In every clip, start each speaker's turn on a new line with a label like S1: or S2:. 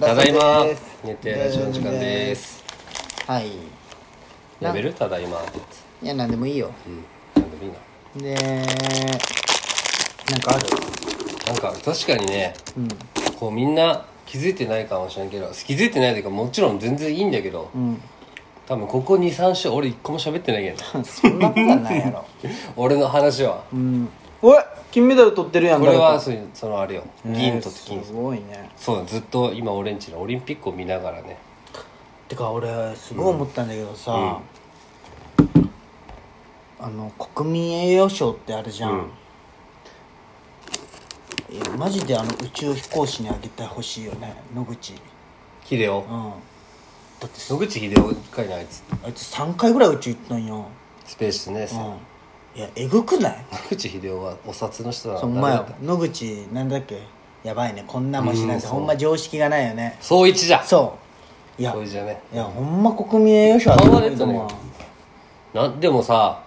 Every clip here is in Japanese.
S1: ただいま
S2: バスです
S1: 寝てラジオの時間です
S2: はいい
S1: やめるただいまって
S2: やなんでもいいよ
S1: うんなんでもいいな
S2: でなんかある
S1: なんか確かにね
S2: うん
S1: こうみんな気づいてないかもしれんけど気づいてないというかもちろん全然いいんだけど
S2: うん
S1: 多分ここ23週俺一個も喋ってないけど
S2: そんなことはないやろ
S1: 俺の話は
S2: うんおい金メダル取ってるやん
S1: これは
S2: 誰か
S1: そういうそのあれよ
S2: ね
S1: 銀と金
S2: すごいね
S1: そうだずっと今俺んちのオリンピックを見ながらね
S2: てか俺すごい思ったんだけどさ、あの国民栄誉賞ってあるじゃん、いやマジであの宇宙飛行士にあげてほしいよね野口うん
S1: 秀夫
S2: だってす
S1: 野口秀夫かいなあいつ
S2: あいつ3回ぐらい宇宙行ったんよ
S1: スペースね、
S2: うんいやえぐくない
S1: 野口英世はお札の人だな
S2: そんまよ野口なんだっけやばいねこんなもんしなんてほんま常識がないよね
S1: 総一じゃ
S2: そういや
S1: 総一じゃね
S2: いやほんま国民栄誉賞あ
S1: 変わ
S2: げ
S1: れ
S2: る
S1: た
S2: と
S1: ね
S2: 思う
S1: なんでもさ、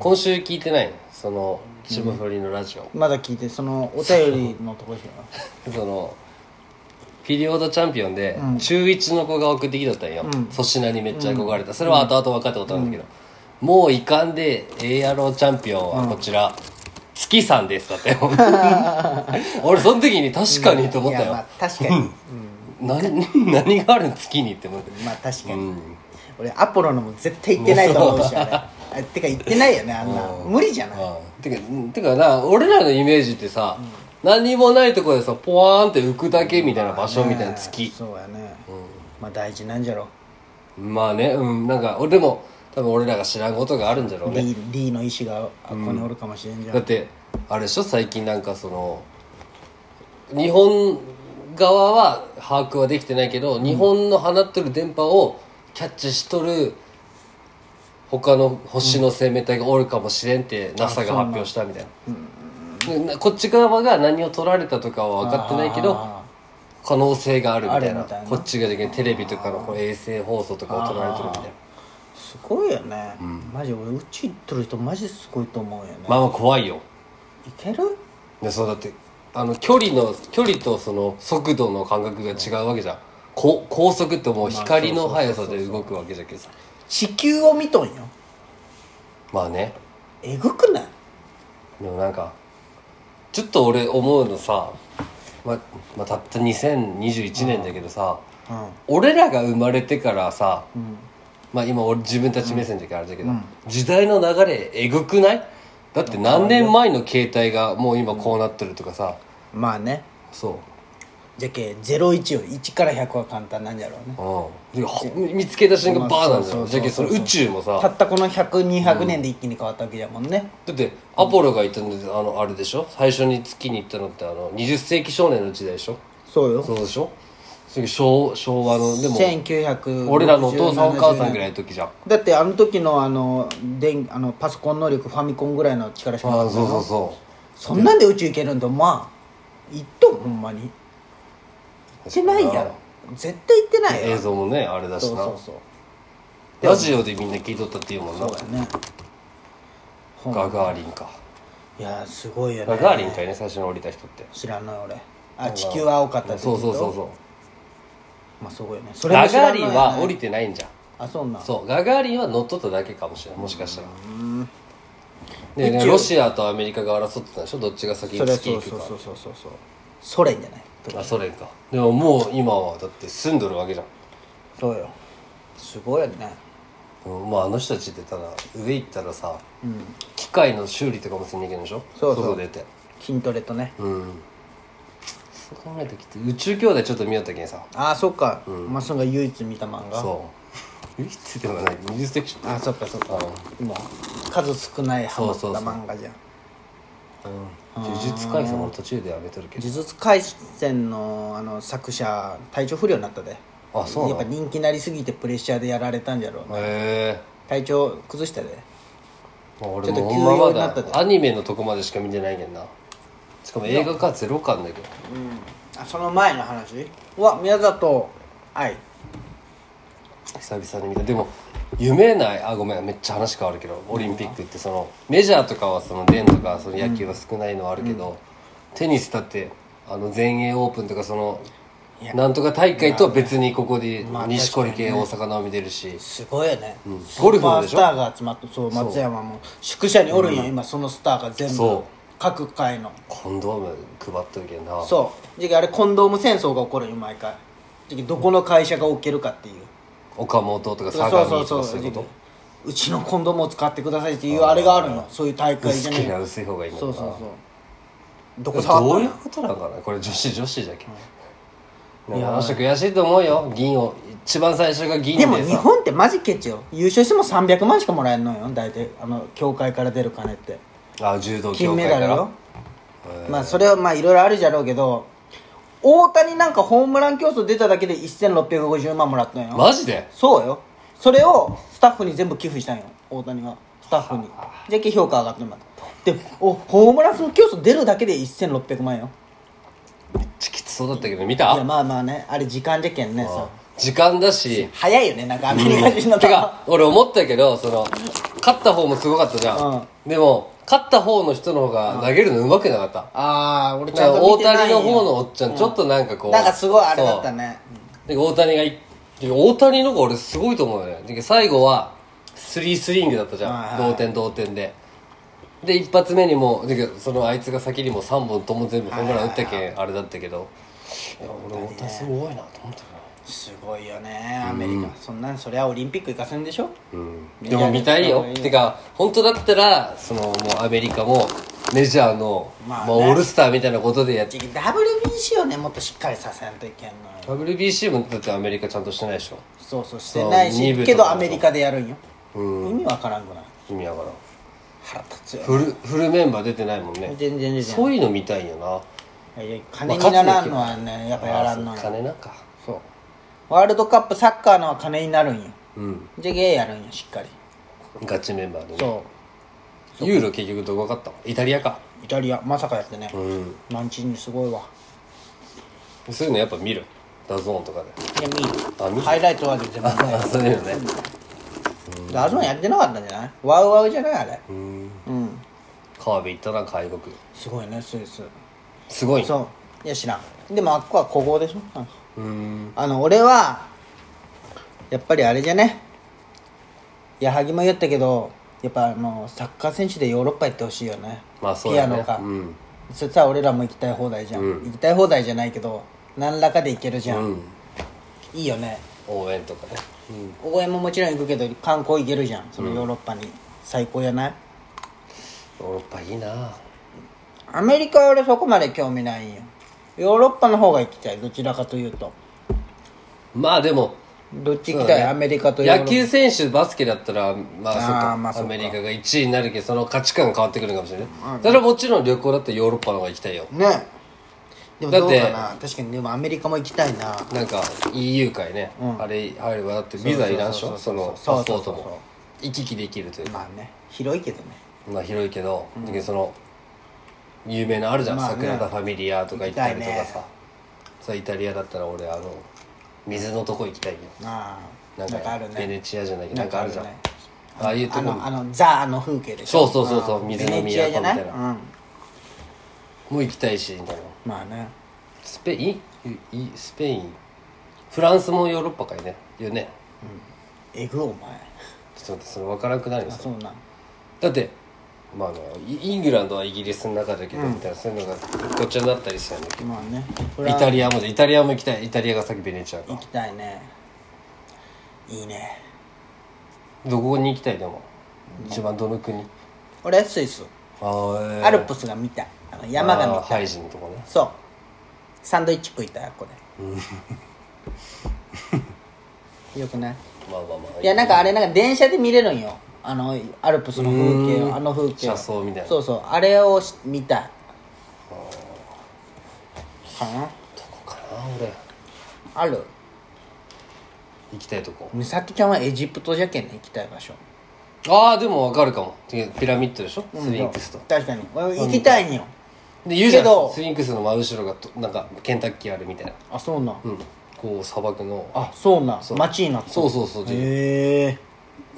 S1: 今週聞いてないのその霜降りのラジオ、
S2: まだ聞いてそのお便りのとこ ですよ
S1: そのピリオドチャンピオンで、中1の子が送ってきとったんよ
S2: ん
S1: 粗品、にめっちゃ憧れたそれは後々分かったことなんだけど、もういかんでええやろチャンピオンはこちら、月さんですだったよ 俺その時に確かにと思った
S2: いや
S1: よ
S2: まあ、確かに、うん
S1: 何何があるん月にって思って
S2: まあ確かに、
S1: うん
S2: 俺アポロのも絶対行ってないと思う しあれあてか行ってないよねあんな無理じゃない
S1: うんてかうんてかな俺らのイメージってさ、何もないとこでさポワーンって浮くだけみたいな場所みたいな
S2: ね
S1: 月、
S2: そうやね、まあ大事なんじゃろ
S1: まあねうんなんか俺でも多分俺らが知らんことがあるんじゃろうね、
S2: D, D の意思があここにおるかもしれんじゃん、
S1: だってあれでしょ最近なんかその日本側は把握はできてないけど、日本の放ってる電波をキャッチしとる他の星の生命体がおるかもしれんって NASA が発表したみたいな、でなこっち側が何を取られたとかは分かってないけど
S2: あ
S1: 可能性があるみたい
S2: ある
S1: な
S2: みたいな
S1: こっちがテレビとかのこう衛星放送とかを取られてるみたい
S2: ー
S1: な
S2: すごいよね、マジ俺宇宙行っとる人マジすごいと思うよね、
S1: まあまあ怖いよ
S2: いける
S1: でそうだってあの距離の距離とその速度の感覚が違うわけじゃん、こ高速ってもう光の速さで動くわけじゃけどさ
S2: 地球を見とんよ
S1: まあね
S2: えぐくない
S1: でもなんかちょっと俺思うのさ、ままあ、たった2021年だけどさ、
S2: うん
S1: 俺らが生まれてからさ、
S2: ん
S1: まあ今俺自分たち目線じゃけどあれだけど、時代の流れえぐくないだって何年前の携帯がもう今こうなってるとかさ、
S2: まあね
S1: そう
S2: じゃけ01より1から100は簡単なんじゃろうね
S1: うんでほ見つけた瞬間バーなんだ
S2: そ
S1: よ
S2: う
S1: じ
S2: そうそうそう
S1: ゃけその宇宙も
S2: た
S1: さ
S2: ったこの100200年で一気に変わったわけだもんね、
S1: だってアポロが言ったんであのあれでしょ最初に月に行ったのってあの20世紀少年の時代でしょ
S2: そうよ
S1: そうでしょそれ昭昭和のでも
S2: 1900
S1: 俺らのお父さんお母さんぐらいの時じゃん
S2: だってあの時のあの電あのパソコン能力ファミコンぐらいの力しかな
S1: あ
S2: か
S1: あ
S2: った
S1: そう
S2: よ
S1: そうそ
S2: そんなんで宇宙行けるんだまあ行っとんほんまに行ってないやろ絶対行ってな
S1: う
S2: い
S1: 映
S2: よ
S1: 像もねあれだし
S2: そう
S1: な
S2: そうそう
S1: ラジオでみんな聞いとったっていうもんな
S2: そうだねほん
S1: ガガーリンか
S2: いやーすごいよ
S1: ガ
S2: ね
S1: ガーリンかいね最初に降りた人って
S2: 知らんのよ俺あ地球は青かったって
S1: そうそうそう
S2: う
S1: そう
S2: まあすごいねそれ
S1: ガ
S2: も知ら
S1: ガ
S2: んの
S1: ーリ
S2: よ
S1: ン
S2: ね
S1: は降りてないんじゃん
S2: あそうなん
S1: そうガガーリンは乗っ取っただけかもしれないもしかしたらでねロシアとアメリカが争ってたでしょどっちが先
S2: そ
S1: に
S2: れ
S1: 月
S2: そ
S1: 行
S2: う
S1: く
S2: そう
S1: か
S2: そうそうそうそうソ連じゃない
S1: あソ連かでももう今はだって住んどるわけじゃん
S2: そうよすごいよね
S1: うんまああの人たちってただ上行ったらさ、機械の修理とかもせんなきゃいけないでしょ
S2: そうそう
S1: 外出て
S2: 筋トレとね
S1: うんそう考えたきつい宇宙兄弟ちょっと見よったけんさ
S2: ああそっかマスンが唯一見た漫画
S1: そうい つでもない20セクション
S2: あそっかそっか
S1: う
S2: もう数少ないハマった
S1: そうそうそう
S2: 漫画じゃん
S1: うん呪術廻戦も途中でやめとるけど
S2: 呪術廻戦のあの作者体調不良になったで
S1: あそう
S2: や
S1: な
S2: っ
S1: の
S2: ぱ人気なりすぎてプレッシャーでやられたんじゃろうね
S1: へえ
S2: 体調崩したで
S1: まあ俺
S2: ちょっ
S1: も
S2: と
S1: ほんまま
S2: 急用になった
S1: だ
S2: で
S1: アニメのとこまでしか見てないけんなしかも映画化ゼロ感だけど
S2: あその前の話うわ宮里愛
S1: 久々に見たでも夢ないあごめんめっちゃ話変わるけどオリンピックってそのメジャーとかはその電とかその野球は少ないのはあるけど、テニスだってあの全英オープンとかその
S2: いや
S1: なんとか大会とは別にここで
S2: まあ
S1: 錦織系大阪の海出るし
S2: すごいよね、
S1: ゴルフもでし
S2: ス
S1: ょ
S2: ーパースターが集まってそう松山も宿舎におるんよ、今そのスターが全部
S1: そ
S2: 各界の
S1: コンドーム配っとるけんな
S2: そうじゃああれコンドーム戦争が起こるんよ毎回じゃあどこの会社が置けるかっていう
S1: 岡本とか
S2: そう
S1: 相
S2: そう
S1: 模
S2: そう
S1: と
S2: そ
S1: か
S2: う
S1: そういうこ
S2: うちのコンドームを使ってくださいっていうあれがあるんよそういう大
S1: と
S2: 会じ
S1: 薄
S2: ゃ
S1: け
S2: な
S1: りゃ
S2: い
S1: 薄い方がいいのか
S2: そう
S1: な
S2: そうそうどこ触
S1: ど
S2: ったん
S1: ういう
S2: や
S1: ことなんかなこれ女子女子じゃけ、ん、
S2: いや
S1: あの人悔しいと思うよ銀を一番最初が銀で
S2: で
S1: さ
S2: も日本ってマジケチよ優勝しても300万しかもらえんのよ大体あの協会から出る金って
S1: あ柔道協
S2: 金メ
S1: 会
S2: ダ
S1: か
S2: ル
S1: ら
S2: よまあそれはまあいろいろあるじゃろうけど大谷なんかホームラン競争出ただけで1650万もらったんよ、
S1: マジで
S2: そうよそれをスタッフに全部寄付したんよ大谷はスタッフにじゃけ評価上がってもらったでおホームラン競争出るだけで1600万よ
S1: めっちゃきつそうだったけど見
S2: いや
S1: た
S2: まあまあねあれ時間じゃけんねさ
S1: 時間だし
S2: 早いよねなんかアメリカ人の
S1: てか俺思ったけどその勝った方もすごかったじゃん、でも勝った方の人の方が投げるの上手くなかった、
S2: ああ俺ちゃんと
S1: 大
S2: 見てない
S1: 谷
S2: よ
S1: の方のおっちゃん、ちょっとなんかこう
S2: なんかすごいあれだったね
S1: で大谷がいで大谷のが俺すごいと思うよねで最後はスリースイングだったじ
S2: はい
S1: ゃん
S2: はい
S1: 同点同点でで一発目にもでそのあいつが先にも3本とも全部ホームラン打ったけんあれだったけどいや俺大谷すごいなと思った
S2: すごいよねアメリカ、そんなんそりゃオリンピック行かせんでしょ
S1: けどうんでも見たいよてか本当だったらそのもうアメリカもメジャーの、
S2: まあ
S1: まあ
S2: ね
S1: オールスターみたいなことでやっ
S2: じゃけ WBC をねもっとしっかりさせんといけんのよ
S1: WBC もだってアメリカちゃんとしてないでしょ
S2: そうそうしてない
S1: そう二部
S2: し
S1: とか
S2: けどアメリカでやるんよ、
S1: う
S2: 意味わからんくない
S1: 意味わからん
S2: 腹立つよ
S1: フルフルメンバー出てないもんね
S2: 全然全然
S1: そういうの見たいよな
S2: えいや金にならんのはねやっぱやらんの
S1: あ
S2: よ
S1: ーそう金なんか
S2: そうワールドカップサッカーのは金になるんよ
S1: うん
S2: じゃゲーやるんよしっかり
S1: ガチメンバーでね
S2: そ
S1: ユーロ結局どこかったイタリアか
S2: うイタリアまさかやってね、
S1: ん
S2: マンチーニすごいわ
S1: そういうのやっぱ見るダゾーンとかで
S2: いや
S1: あ
S2: 見る
S1: 見る
S2: ハイライトは全部見ない
S1: あそういうのね
S2: であそこやってなかったんじゃないワウワウじゃないあれ
S1: うん
S2: うん
S1: 川辺行ったな海国
S2: すごいねスイス
S1: すごいね
S2: そういや知らんでもあっこは古豪でしょなんか
S1: うーん
S2: あの俺はやっぱりあれじゃね矢作も言ったけどやっぱあのサッカー選手でヨーロッパ行ってほしいよね
S1: まあそうだ
S2: ピアノ
S1: ね
S2: か、
S1: うん
S2: そしたら俺らも行きたい放題じゃん、
S1: うん
S2: 行きたい放題じゃないけど何らかで行けるじゃん、
S1: うん
S2: いいよね
S1: 応援とかね
S2: 応援ももちろん行くけど観光行けるじゃんそのヨーロッパに、最高やない
S1: ヨーロッパいいな
S2: アメリカは俺そこまで興味ないんよヨーロッパの方が行きたいどちらかというと
S1: まあでも
S2: どっち行
S1: そ
S2: き
S1: う
S2: た
S1: だ
S2: い、
S1: ね
S2: アメリカとヨーロッパ
S1: 野球選手バスケだったらま
S2: あ
S1: あ
S2: ー
S1: そっか
S2: まあそっ
S1: ア
S2: か
S1: メリカが1位になるけどその価値観が変わってくるかもしれないだからもちろん旅行だってヨーロッパの方が行きたいよ
S2: ねでもどうか
S1: だ
S2: な確かにでもアメリカも行きたいな
S1: なんか EU 界ね、あれ入ればだってビザいらんでしょその
S2: そ
S1: パ
S2: う
S1: ス
S2: そ
S1: ポ
S2: うそ
S1: ート
S2: うそう
S1: も行き来できるというか
S2: まあね広いけどね
S1: まあ広いけど、だけどその有名なあるじゃん、
S2: まあね
S1: 桜田ファミリアとか行ったりと
S2: 行
S1: か
S2: きたい
S1: さ、さイタリアだったら俺あの水のとこ行きたいよ
S2: あ
S1: な
S2: あ
S1: ん
S2: なんかあ
S1: か
S2: る
S1: ベ
S2: ね
S1: ネチアじゃないけどなんかあるじゃんあ
S2: なんか
S1: あいうと
S2: あ
S1: こ
S2: のあのザあの風景でしょ
S1: そうそうそうそう水の
S2: ベネチアじゃない
S1: 都みたいな
S2: うん
S1: もう行きたいしみたいな
S2: まあね
S1: スペインいいスペインフランスもヨーロッパかいねよね
S2: えぐお前
S1: ちょっと待ってそれ分からなくなるよ
S2: あ
S1: さ
S2: そうなん
S1: だってまああのイイングランドはイギリスの中だけどみたいな、そういうのがごっちゃになったりしたんだけど
S2: まあねこれ
S1: イ
S2: は
S1: タリアもイタリアも行きたいイタリアが先ベネチア
S2: 行
S1: か
S2: きたいねいいね
S1: どこに行きたいでも一番どの国
S2: 俺スイス
S1: あー、えー
S2: アルプスが見たいあの山が
S1: あ
S2: 見
S1: ー
S2: た
S1: ハ
S2: い
S1: イジのとこね
S2: そうサンドイッチ食いたいこれよくない
S1: まあまあまあ
S2: いやなんかあれなんか電車で見れるんよあのアルプスの風景
S1: うー
S2: を
S1: ん
S2: あの風景を
S1: 車窓みたいな
S2: そうそうあれをし見たいかな
S1: どこかな俺
S2: ある
S1: 行きたいとこ
S2: 美咲ちゃんはエジプトじゃけんね行きたい場所
S1: ああでも分かるかもてかピラミッドでしょスフィンクスと
S2: 確かに俺行きたいんよ
S1: で言うじゃん
S2: けど
S1: スフィンクスの真後ろがとなんかケンタッキーあるみたいな
S2: あそうなん
S1: うんこう砂漠の
S2: あそうなん街になった
S1: そうそうそうで
S2: へえ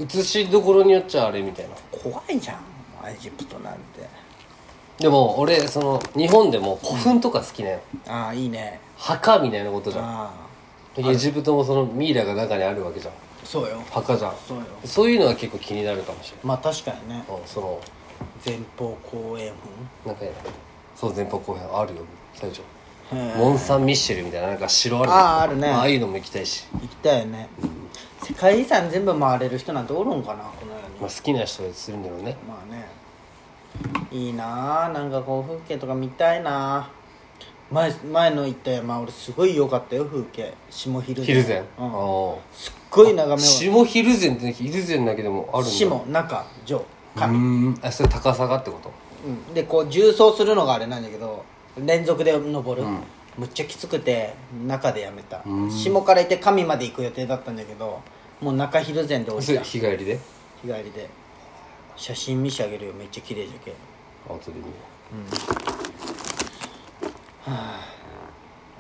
S1: 映しどころによっちゃあれみたいな
S2: 怖いじゃんエジプトなんて
S1: でも俺その日本でも古墳とか好きなよ
S2: ああいいね
S1: 墓みたいなことじゃん
S2: あ
S1: エジプトもそのミイラが中にあるわけじゃん
S2: あそうよ
S1: 墓じゃん
S2: そうよ
S1: そういうのは結構気になるかもしれ
S2: まあ確かにね
S1: ないうんその
S2: 前方後円
S1: なんかそう前方後編あるよ最初
S2: 墳へえ
S1: モン・サン・ミッシェルみたいななんか城ある
S2: あーあるね
S1: ああいうのも行きたいし、
S2: 行きたいよね世界遺産全部回れる人なんておるんかなこの世に
S1: まあ、好きな人でするんだろうね
S2: まあねいいなあなんかこう風景とか見たいなあ前前の行った山俺すごい良かったよ風景下蒜
S1: ヒルゼン、
S2: う
S1: あ
S2: ん、
S1: ー
S2: すっごい眺めは
S1: 下ヒルゼンってヒルゼンだけでもあるんだ
S2: 下中上
S1: う
S2: 上、
S1: んあそれ高さがってこと
S2: うん、でこう重走するのがあれなんだけど連続で登る、むっちゃきつくて中でやめた、下から行って上まで行く予定だったんだけどもう中蒜山で降り
S1: そ
S2: た
S1: れ
S2: 日
S1: 日帰りで
S2: 帰りで写真見してあげるよめっちゃ綺麗じゃけ
S1: 後で見よ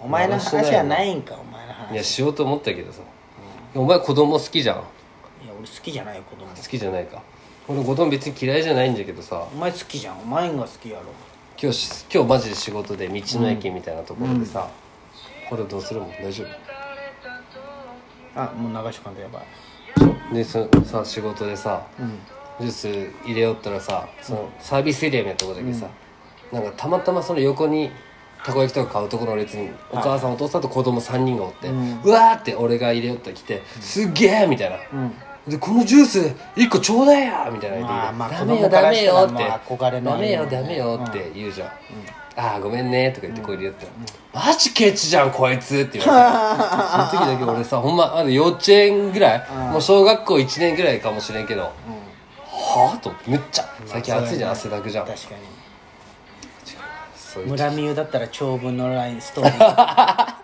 S2: お前の
S1: まだして
S2: 話
S1: ない
S2: は
S1: よ
S2: ないんかお前の話
S1: ういやしようと思ったけどさ、お前子供好きじゃん
S2: いや俺好きじゃないよ子供
S1: 好きじゃないか俺子供別に嫌いじゃないんだけどさ
S2: お前好きじゃんお前が好きやろ
S1: 今日し今日マジで仕事で道の駅みたいなところでさ、これどうするもん大丈
S2: あもう流しとかんとやばい
S1: 夫でそさ仕事でさ、ジュース入れよったらさそのサービスエリアみたいなとこだけどさ、なんかたまたまその横にたこ焼きとか買うところの列にお母さんお父さんと子供3人がおって、うわーって俺が入れよったら来て「すっげえ!」みたいな、で「このジュース1個ちょうだいや!」みたいな言って
S2: まあまあ
S1: ダメよ
S2: 子供か
S1: ダ
S2: ら
S1: メ
S2: した
S1: よ
S2: ら
S1: って
S2: まあ憧れの
S1: ダメよ
S2: あれ
S1: ダ
S2: だよ
S1: メ
S2: ね
S1: よって言うじゃん「ああごめんね」とか言ってこう入れよったら「マジケチじゃんこいつ」って言 われてその時だけ俺さほんまあの幼稚園ぐらいもう小学校1年ぐらいかもしれんけどはあと思ってめっちゃ最近暑いじゃん汗だくじゃん
S2: 確かに
S1: そういう
S2: 村ミユだったら長文のラインストーリー